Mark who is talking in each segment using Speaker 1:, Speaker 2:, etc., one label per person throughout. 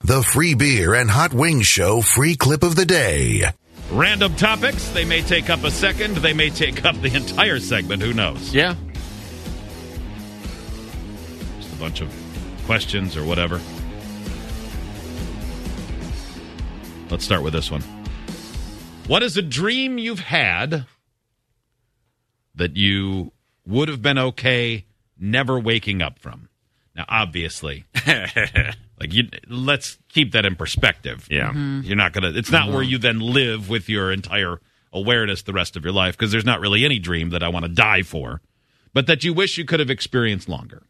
Speaker 1: The free beer and hot wings show free clip of the day.
Speaker 2: Random topics. They may take up a second. They may take up the entire segment. Who knows?
Speaker 3: Yeah.
Speaker 2: Just a bunch of questions or whatever. Let's start with this one. What is a dream you've had that you would have been okay never waking up from? Now, obviously, like you, let's keep that in perspective. Yeah,
Speaker 3: Mm-hmm.
Speaker 2: you're not gonna. It's not where you then live with your entire awareness the rest of your life because there's not really any dream that I want to die for, but that you wish you could have experienced longer.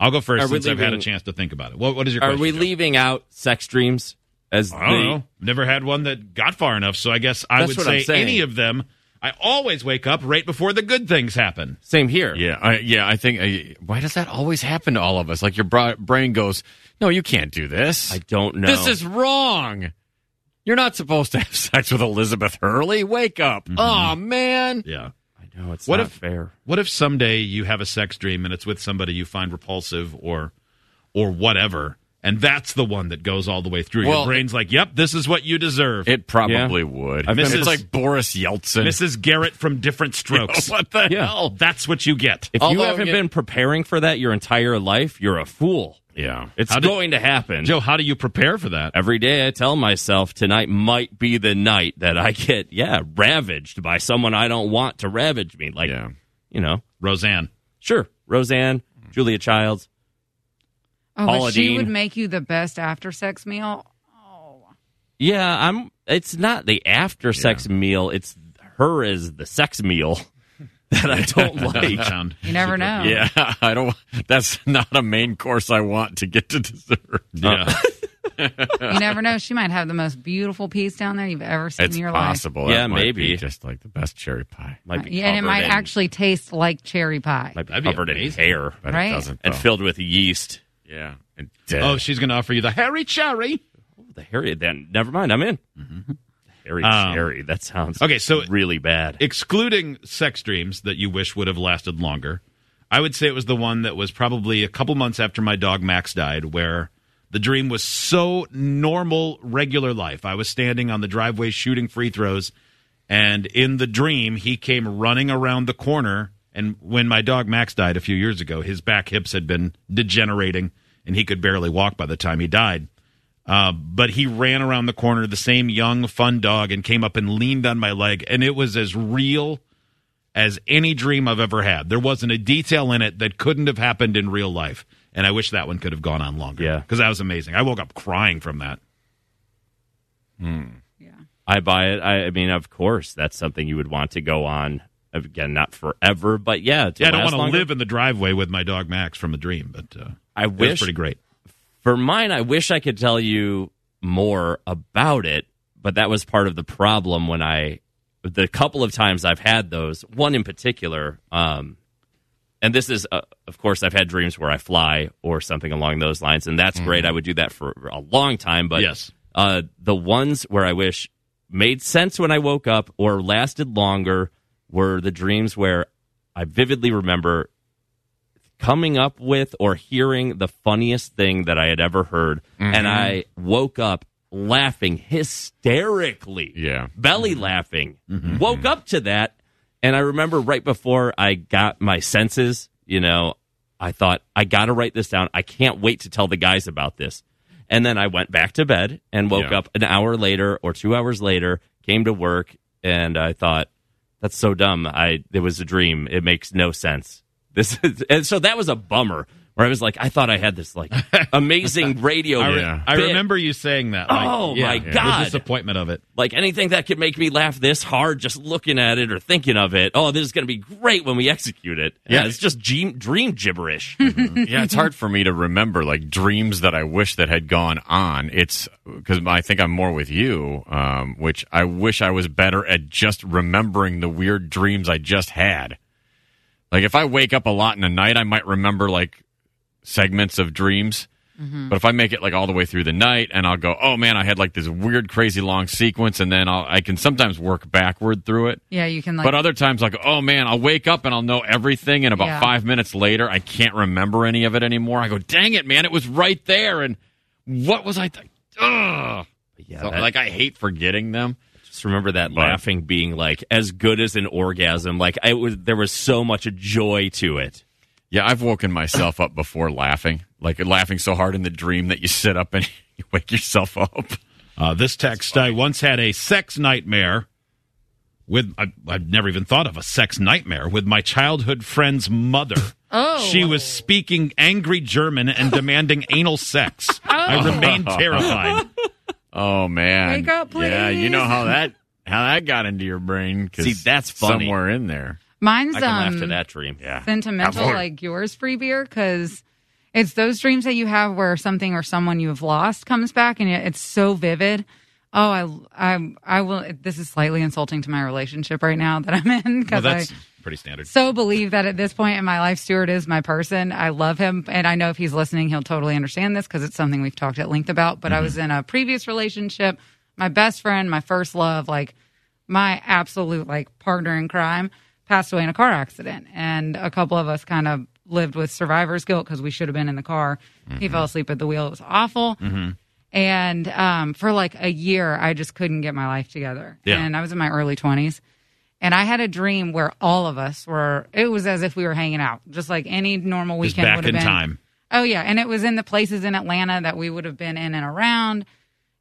Speaker 2: I'll go first
Speaker 3: Are we
Speaker 2: since I've had a
Speaker 3: leaving-
Speaker 2: chance to think about it. What, what is your?
Speaker 3: Are
Speaker 2: question,
Speaker 3: we
Speaker 2: Joe?
Speaker 3: leaving out sex dreams as
Speaker 2: I don't
Speaker 3: the-
Speaker 2: know. Never had one that got far enough, so I guess I
Speaker 3: That's
Speaker 2: would
Speaker 3: what I'm
Speaker 2: say
Speaker 3: saying.
Speaker 2: any of them. I always wake up right before the good things happen.
Speaker 3: Same here.
Speaker 4: Yeah, I, yeah. I think. I, why does that always happen to all of us? Like your bra- brain goes, "No, you can't do this.
Speaker 3: I don't know.
Speaker 4: This is wrong. You're not supposed to have sex with Elizabeth Hurley. Wake up. Oh man.
Speaker 2: Yeah.
Speaker 3: I know it's
Speaker 2: What
Speaker 3: not
Speaker 2: if-
Speaker 3: fair.
Speaker 2: What if someday you have a sex dream and it's with somebody you find repulsive or or whatever, and that's the one that goes all the way through? Your
Speaker 4: Well,
Speaker 2: brain's like, "Yep, this is what you deserve."
Speaker 4: It probably would.
Speaker 2: I've been-
Speaker 4: it's like Boris Yeltsin.
Speaker 2: Mrs. Garrett from Different Strokes.
Speaker 4: what the
Speaker 3: Yeah.
Speaker 4: hell?
Speaker 2: That's what you get.
Speaker 3: If you
Speaker 4: Although,
Speaker 3: haven't
Speaker 4: yeah-
Speaker 3: been preparing for that your entire life, you're a fool.
Speaker 4: Yeah.
Speaker 3: It's
Speaker 2: How did-
Speaker 3: going to happen.
Speaker 2: Joe, how do you prepare for that?
Speaker 3: Every day I tell myself tonight might be the night that I get, yeah, ravaged by someone I don't want to ravage me. Like,
Speaker 4: Yeah.
Speaker 3: you know,
Speaker 2: Roseanne.
Speaker 3: sure, Roseanne,
Speaker 2: Mm.
Speaker 3: Julia Childs.
Speaker 5: Oh,
Speaker 3: Paula
Speaker 5: but she
Speaker 3: Deen.
Speaker 5: would make you the best after sex meal. Oh,
Speaker 3: Yeah, I'm. It's not the after sex meal. It's her as the sex meal that I don't
Speaker 2: Doesn't
Speaker 3: like.
Speaker 2: sound-
Speaker 5: you never know.
Speaker 4: Yeah. I don't. That's not a main course I want to get to dessert.
Speaker 2: Yeah.
Speaker 5: You never know. She might have the most beautiful piece down there you've ever seen
Speaker 4: It's
Speaker 5: in your
Speaker 4: possible.
Speaker 3: Yeah,
Speaker 4: That might
Speaker 3: maybe.
Speaker 4: be just like the best cherry pie.
Speaker 3: Might
Speaker 5: life.
Speaker 3: be
Speaker 5: Uh, Yeah, and it
Speaker 3: covered
Speaker 5: might
Speaker 3: in-
Speaker 5: actually taste like cherry pie.
Speaker 3: might be
Speaker 2: That'd be
Speaker 3: covered in
Speaker 2: amazing.
Speaker 3: hair Oh.
Speaker 4: But
Speaker 5: Right.
Speaker 4: it doesn't.
Speaker 3: and
Speaker 4: though.
Speaker 3: filled with yeast.
Speaker 4: yeah. And
Speaker 2: oh, she's going to offer you the Harry Cherry.
Speaker 3: The hairy. Then never mind. I'm in. Mm-hmm. Hairy
Speaker 2: Um,
Speaker 3: cherry. That sounds
Speaker 2: okay, so-
Speaker 3: really bad.
Speaker 2: excluding sex dreams that you wish would have lasted longer, I would say it was the one that was probably a couple months after my dog Max died, where the dream was so normal, regular life. I was standing on the driveway shooting free throws, and in the dream, he came running around the corner. And when my dog Max died a few years ago, his back hips had been degenerating, and he could barely walk by the time he died. Uh, but he ran around the corner, the same young, fun dog, and came up and leaned on my leg. And it was as real as any dream I've ever had. There wasn't a detail in it that couldn't have happened in real life. And I wish that one could have gone on longer.
Speaker 3: Yeah.
Speaker 2: Because that was amazing. I woke up crying from that.
Speaker 5: yeah.
Speaker 3: I buy it. I, I mean, of course, that's something you would want to go on again, not forever, but yeah. To
Speaker 2: Yeah, I don't
Speaker 3: last
Speaker 2: want to
Speaker 3: longer.
Speaker 2: live in the driveway with my dog Max from a dream, but uh,
Speaker 3: I
Speaker 2: it was
Speaker 3: wish
Speaker 2: pretty great.
Speaker 3: for mine, I wish I could tell you more about it, but that was part of the problem when I, the couple of times I've had those, one in particular, um, and this is, uh, of course, I've had dreams where I fly or something along those lines, and that's great. I would do that for a long time, but
Speaker 2: Yes.
Speaker 3: uh, the ones where I wish made sense when I woke up or lasted longer were the dreams where I vividly remember coming up with or hearing the funniest thing that I had ever heard. And I woke up laughing hysterically,
Speaker 4: Yeah.
Speaker 3: belly laughing.
Speaker 2: Mm-hmm.
Speaker 3: Woke up to that. And I remember right before I got my senses, you know, I thought, I got to write this down. I can't wait to tell the guys about this. And then I went back to bed and woke
Speaker 4: Yeah.
Speaker 3: up an hour later or two hours later, came to work, and I thought, that's so dumb. I it was a dream. It makes no sense. This is, and so that was a bummer where I was like, I thought I had this like amazing radio.
Speaker 2: I, re-
Speaker 4: Yeah.
Speaker 2: I
Speaker 3: bit.
Speaker 2: remember you saying that.
Speaker 3: Oh, my
Speaker 2: the
Speaker 3: God.
Speaker 2: disappointment of it.
Speaker 3: like anything that could make me laugh this hard just looking at it or thinking of it. Oh, this is going to be great when we execute it. Yeah,
Speaker 4: Yeah.
Speaker 3: it's just dream, dream gibberish.
Speaker 4: yeah, it's hard for me to remember like dreams that I wish that had gone on. It's because I think I'm more with you, um, which I wish I was better at just remembering the weird dreams I just had. Like if I wake up a lot in a night, I might remember like segments of dreams. But if I make it like all the way through the night and I'll go, oh man, I had like this weird, crazy long sequence, and then I'll, I can sometimes work backward through it.
Speaker 5: Yeah, you can like
Speaker 4: But other times, like, oh man, I'll wake up and I'll know everything, and about
Speaker 5: Yeah.
Speaker 4: five minutes later, I can't remember any of it anymore. I go, dang it, man, it was right there, and what was I? Th- ugh.
Speaker 3: But yeah,
Speaker 4: So,
Speaker 3: that-
Speaker 4: like I hate forgetting them.
Speaker 3: just remember that
Speaker 4: But-
Speaker 3: laughing being like as good as an orgasm. Like I was, there was so much joy to it.
Speaker 4: Yeah, I've woken myself up before laughing, like laughing so hard in the dream that you sit up and you wake yourself up.
Speaker 2: Uh, this text I once had a sex nightmare with, I, I've never even thought of a sex nightmare, with my childhood friend's mother.
Speaker 5: Oh.
Speaker 2: She was speaking angry German and demanding anal sex.
Speaker 5: oh,
Speaker 2: I remained terrified.
Speaker 4: Oh man,
Speaker 5: Wake up,
Speaker 4: Yeah, you know
Speaker 5: please.
Speaker 4: how that how that got into your brain. 'cause
Speaker 3: See, that's funny.
Speaker 4: somewhere in there.
Speaker 5: Mine's
Speaker 3: I can
Speaker 5: um,
Speaker 3: laugh to that dream. Yeah.
Speaker 5: sentimental
Speaker 4: Abhor-
Speaker 5: like yours, free beer, because it's those dreams that you have where something or someone you have lost comes back, and it- it's so vivid. Oh, I, I, I will. This is slightly insulting to my relationship right now that I'm in
Speaker 2: Well,
Speaker 5: because I
Speaker 2: that's pretty standard.
Speaker 5: so believe that at this point in my life, Stuart is my person. I love him. And I know if he's listening, he'll totally understand this because it's something we've talked at length about. But I was in a previous relationship, my best friend, my first love, like my absolute like partner in crime passed away in a car accident. And a couple of us kind of lived with survivor's guilt because we should have been in the car. He fell asleep at the wheel. It was awful. And um, for like a year, I just couldn't get my life together.
Speaker 2: Yeah.
Speaker 5: And I was in my early 20s. And I had a dream where all of us were, it was as if we were hanging out, just like any normal
Speaker 2: Just
Speaker 5: weekend
Speaker 2: back
Speaker 5: would have
Speaker 2: in
Speaker 5: been.
Speaker 2: time.
Speaker 5: Oh, yeah. And it was in the places in Atlanta that we would have been in and around.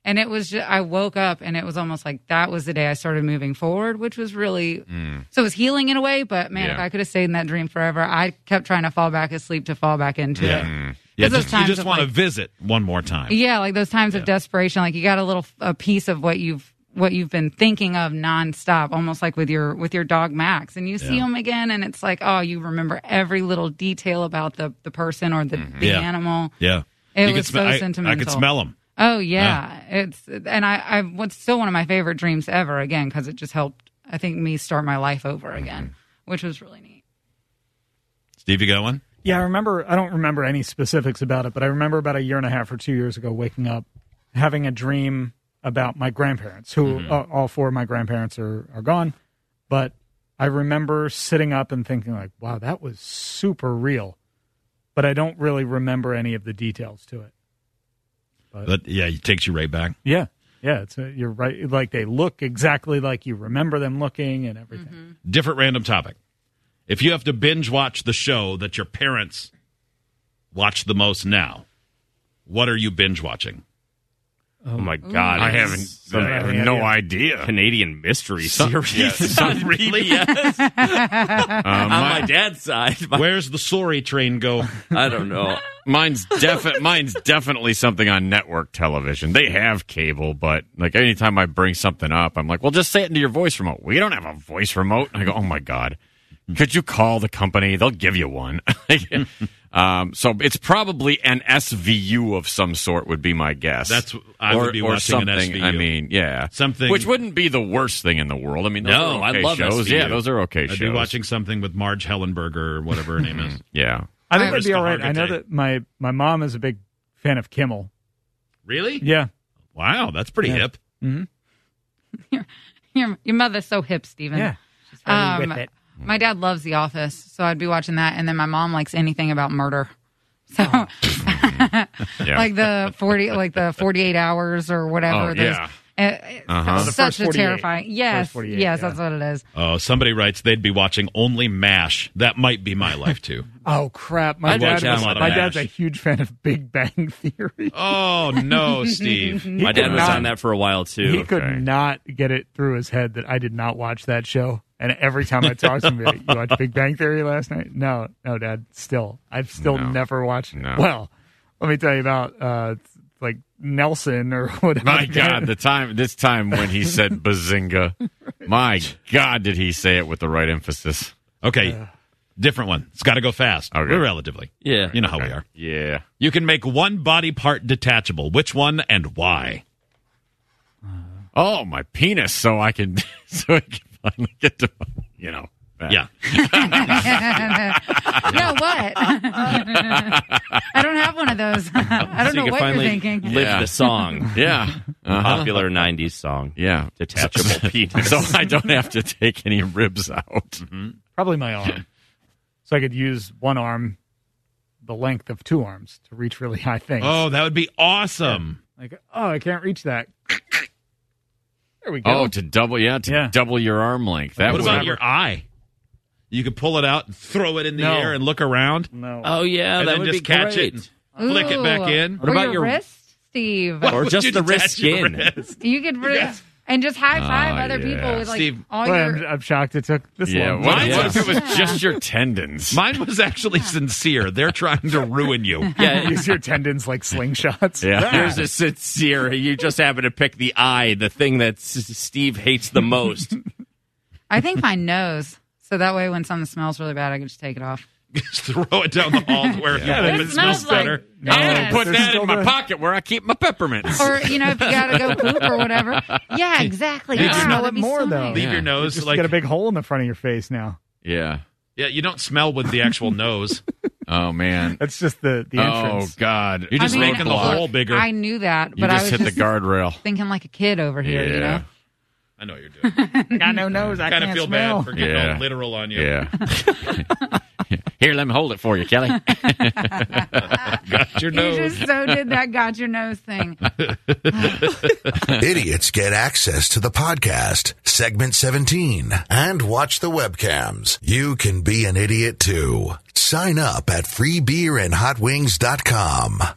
Speaker 5: And it was, just, I woke up and it was almost like that was the day I started moving forward, which was really,
Speaker 2: Mm.
Speaker 5: so it was healing in a way. But man,
Speaker 4: Yeah.
Speaker 5: if I could have stayed in that dream forever, I kept trying to fall back asleep to fall back into
Speaker 2: Yeah. Mm.
Speaker 5: it.
Speaker 2: Yeah,
Speaker 5: 'Cause those
Speaker 2: just, you
Speaker 5: times
Speaker 2: just
Speaker 5: of,
Speaker 2: want to
Speaker 5: like-
Speaker 2: visit one more time.
Speaker 5: Yeah, like those times of desperation, like you got a little a piece of what you've what you've been thinking of nonstop, almost like with your with your dog Max, and you see him again, and it's like, oh, you remember every little detail about the the person or the, the
Speaker 2: Mm-hmm. Yeah.
Speaker 5: animal.
Speaker 2: Yeah.
Speaker 5: It
Speaker 2: could
Speaker 5: was
Speaker 2: sm-
Speaker 5: so
Speaker 2: I, I
Speaker 5: sentimental.
Speaker 2: could smell them.
Speaker 5: Oh yeah, it's and I I what's still one of my favorite dreams ever again because it just helped I think me start my life over
Speaker 2: Mm-hmm.
Speaker 5: again, which was really neat.
Speaker 2: Steve, you got one?
Speaker 6: Yeah, I remember. I don't remember any specifics about it, but I remember about a year and a half or two years ago waking up having a dream about my grandparents, who uh, all four of my grandparents are, are gone. But I remember sitting up and thinking, like, wow, that was super real. But I don't really remember any of the details to it.
Speaker 2: That, yeah, it takes you right back.
Speaker 6: Yeah. Yeah, it's a, you're right. Like they look exactly like you remember them looking and everything.
Speaker 2: Different random topic. If you have to binge watch the show that your parents watch the most now, what are you binge watching?
Speaker 3: Oh my god!
Speaker 4: I
Speaker 3: it's
Speaker 4: haven't.
Speaker 3: some
Speaker 4: I have
Speaker 6: Yeah.
Speaker 4: no idea.
Speaker 3: Canadian mystery series.
Speaker 2: Some really?
Speaker 4: Um,
Speaker 3: On
Speaker 4: my-
Speaker 3: my dad's side, my-
Speaker 2: Where's the sorry train go?
Speaker 3: I don't know.
Speaker 4: mine's defi- mine's definitely something on network television. They have cable, but like anytime I bring something up, I'm like, well, just say it into your voice remote. We don't have a voice remote. And I go, oh my god, could you call the company? They'll give you one. um, so it's probably an SVU of some sort would be my guess.
Speaker 2: That's- I would
Speaker 4: Or-
Speaker 2: be
Speaker 4: or
Speaker 2: watching an
Speaker 4: something,
Speaker 2: SVU.
Speaker 4: I mean, yeah,
Speaker 2: Something-
Speaker 4: which wouldn't be the worst thing in the world. I mean, those
Speaker 3: No,
Speaker 4: are okay
Speaker 3: I love
Speaker 4: shows.
Speaker 3: SVU.
Speaker 4: Yeah, those are okay
Speaker 2: I'd
Speaker 4: shows. Mm-hmm.
Speaker 2: be watching something with Marge Hellenberger or whatever her name is.
Speaker 4: Yeah.
Speaker 6: I think
Speaker 5: I-
Speaker 6: it'd be all right.
Speaker 2: Riska
Speaker 6: I know
Speaker 2: Hargitay.
Speaker 6: that my, my mom is a big fan of Kimmel.
Speaker 2: Really?
Speaker 6: Yeah.
Speaker 2: Wow, that's pretty
Speaker 6: Yeah.
Speaker 2: hip.
Speaker 5: Your your mother's so hip, Steven.
Speaker 6: Yeah.
Speaker 5: Um, My dad loves The Office, so I'd be watching that, and then my mom likes anything about murder. So,
Speaker 4: Yeah.
Speaker 5: like the forty, like the forty-eight hours or whatever.
Speaker 4: Oh,
Speaker 5: there's-
Speaker 4: yeah.
Speaker 5: uh, it's
Speaker 4: Uh-huh.
Speaker 6: The
Speaker 5: Such
Speaker 6: first
Speaker 5: a
Speaker 6: 48.
Speaker 5: terrifying. Yes,
Speaker 6: First 48,
Speaker 5: yes,
Speaker 6: yeah.
Speaker 5: that's what it is.
Speaker 2: Oh, somebody writes they'd be watching only MASH. That might be my life too.
Speaker 6: Oh crap! My
Speaker 3: I'd watch
Speaker 6: dad
Speaker 3: that
Speaker 6: was,
Speaker 3: one.
Speaker 6: my dad's a
Speaker 2: Mash.
Speaker 6: huge fan of Big Bang Theory.
Speaker 2: Oh no, Steve.
Speaker 3: My dad
Speaker 6: could
Speaker 3: was
Speaker 6: not-
Speaker 3: on that for a while too.
Speaker 6: He could not get it through his head that I did not watch that show. And every time I talk to him, like, you watched Big Bang Theory last night? No, no, Dad. Still, I've still
Speaker 4: No.
Speaker 6: never watched. it.
Speaker 4: No.
Speaker 6: Well, let me tell you about uh, like Nelson or whatever.
Speaker 4: My God, the time this time when he said bazinga, my God, did he say it with the right emphasis?
Speaker 2: Okay. Different one. It's got to go fast.
Speaker 4: Okay.
Speaker 2: We're relatively.
Speaker 3: Yeah.
Speaker 2: You know how we are.
Speaker 4: Yeah,
Speaker 2: You can make one body part detachable. Which one and why?
Speaker 4: Oh, my penis, so I can, so I can finally get to, you know. that.
Speaker 2: Yeah.
Speaker 5: no, what? I don't have one of those. I don't
Speaker 3: So you could
Speaker 5: know what you're
Speaker 3: finally
Speaker 5: thinking.
Speaker 3: Live
Speaker 4: Yeah.
Speaker 3: the song,
Speaker 4: yeah, uh-huh.
Speaker 3: popular '90s song.
Speaker 4: yeah.
Speaker 3: Detachable penis.
Speaker 4: So I don't have to take any ribs out.
Speaker 6: probably my arm, so I could use one arm, the length of two arms, to reach really high things.
Speaker 3: Oh.
Speaker 2: Oh, that would be awesome.
Speaker 6: Like, oh, I can't reach that. There we go.
Speaker 4: Oh, to double, yeah, to
Speaker 6: Yeah.
Speaker 4: double your arm length. That
Speaker 2: what
Speaker 4: was
Speaker 2: about your eye? You could pull it out and throw it in the
Speaker 6: No.
Speaker 2: air and look around,
Speaker 6: no.
Speaker 3: Oh yeah,
Speaker 2: and
Speaker 3: that
Speaker 2: then
Speaker 3: would
Speaker 2: just
Speaker 3: be
Speaker 2: catch
Speaker 3: great.
Speaker 2: it and flick it back
Speaker 5: Ooh.
Speaker 2: in.
Speaker 3: What
Speaker 5: or
Speaker 3: about
Speaker 5: your,
Speaker 3: your-
Speaker 5: wrist, Steve?
Speaker 2: Why
Speaker 3: Or
Speaker 2: would
Speaker 3: just
Speaker 2: you
Speaker 3: the wrist
Speaker 2: detach your
Speaker 3: skin.
Speaker 2: wrist?
Speaker 5: You could re- and just high five
Speaker 4: Ah,
Speaker 5: other people
Speaker 4: yeah.
Speaker 5: with like
Speaker 2: Steve,
Speaker 5: all
Speaker 6: Boy,
Speaker 5: your.
Speaker 6: I'm, I'm shocked it took this
Speaker 4: yeah,
Speaker 6: long.
Speaker 4: what,
Speaker 2: Yeah.
Speaker 4: what if it was just your tendons?
Speaker 2: Mine was actually sincere. They're trying to ruin you.
Speaker 3: Yeah,
Speaker 6: Use your tendons like slingshots.
Speaker 4: Yeah.
Speaker 3: Yours is sincere. You just happen to pick the eye, the thing that S- Steve hates the most.
Speaker 5: I think my nose. So that way, when something smells really bad, I can just take it off.
Speaker 2: just throw it down the hall to where
Speaker 6: Yeah,
Speaker 2: if
Speaker 6: it
Speaker 2: it smells
Speaker 5: smells like-
Speaker 2: better.
Speaker 6: No,
Speaker 5: I'm gonna
Speaker 6: it's-
Speaker 4: Put
Speaker 6: there's
Speaker 4: that
Speaker 6: still
Speaker 4: in my
Speaker 6: the-
Speaker 4: pocket where I keep my peppermints.
Speaker 5: Or you know, if you gotta go poop or whatever. Yeah, exactly.
Speaker 2: Did you
Speaker 5: Ah,
Speaker 2: smell
Speaker 5: that'd be
Speaker 6: it more,
Speaker 5: so
Speaker 6: though?
Speaker 5: nice.
Speaker 2: Leave
Speaker 4: Yeah.
Speaker 2: your nose
Speaker 6: Just
Speaker 2: like
Speaker 6: got a big hole in the front of your face now.
Speaker 4: yeah.
Speaker 2: yeah. You don't smell with the actual nose.
Speaker 4: Oh man.
Speaker 6: That's just the the
Speaker 4: Oh
Speaker 6: entrance.
Speaker 4: God. You're
Speaker 5: I
Speaker 2: just
Speaker 5: mean,
Speaker 2: making the
Speaker 5: look,
Speaker 2: hole bigger.
Speaker 5: I knew that,
Speaker 4: You
Speaker 5: but
Speaker 4: just
Speaker 5: I was
Speaker 4: hit
Speaker 5: just
Speaker 4: the guardrail.
Speaker 5: thinking like a kid over here. You know,
Speaker 2: I know what you're doing.
Speaker 6: I got no nose. I
Speaker 2: kind of
Speaker 6: can't
Speaker 2: feel
Speaker 6: smell.
Speaker 2: bad for getting
Speaker 4: Yeah.
Speaker 2: all literal on you.
Speaker 4: Yeah. Here, let me hold it for you, Kelly.
Speaker 2: Got your
Speaker 5: you
Speaker 2: nose.
Speaker 5: just so did that got your nose thing.
Speaker 1: Idiots get access to the podcast, segment 17, and watch the webcams. You can be an idiot too. Sign up at freebeerandhotwings.com.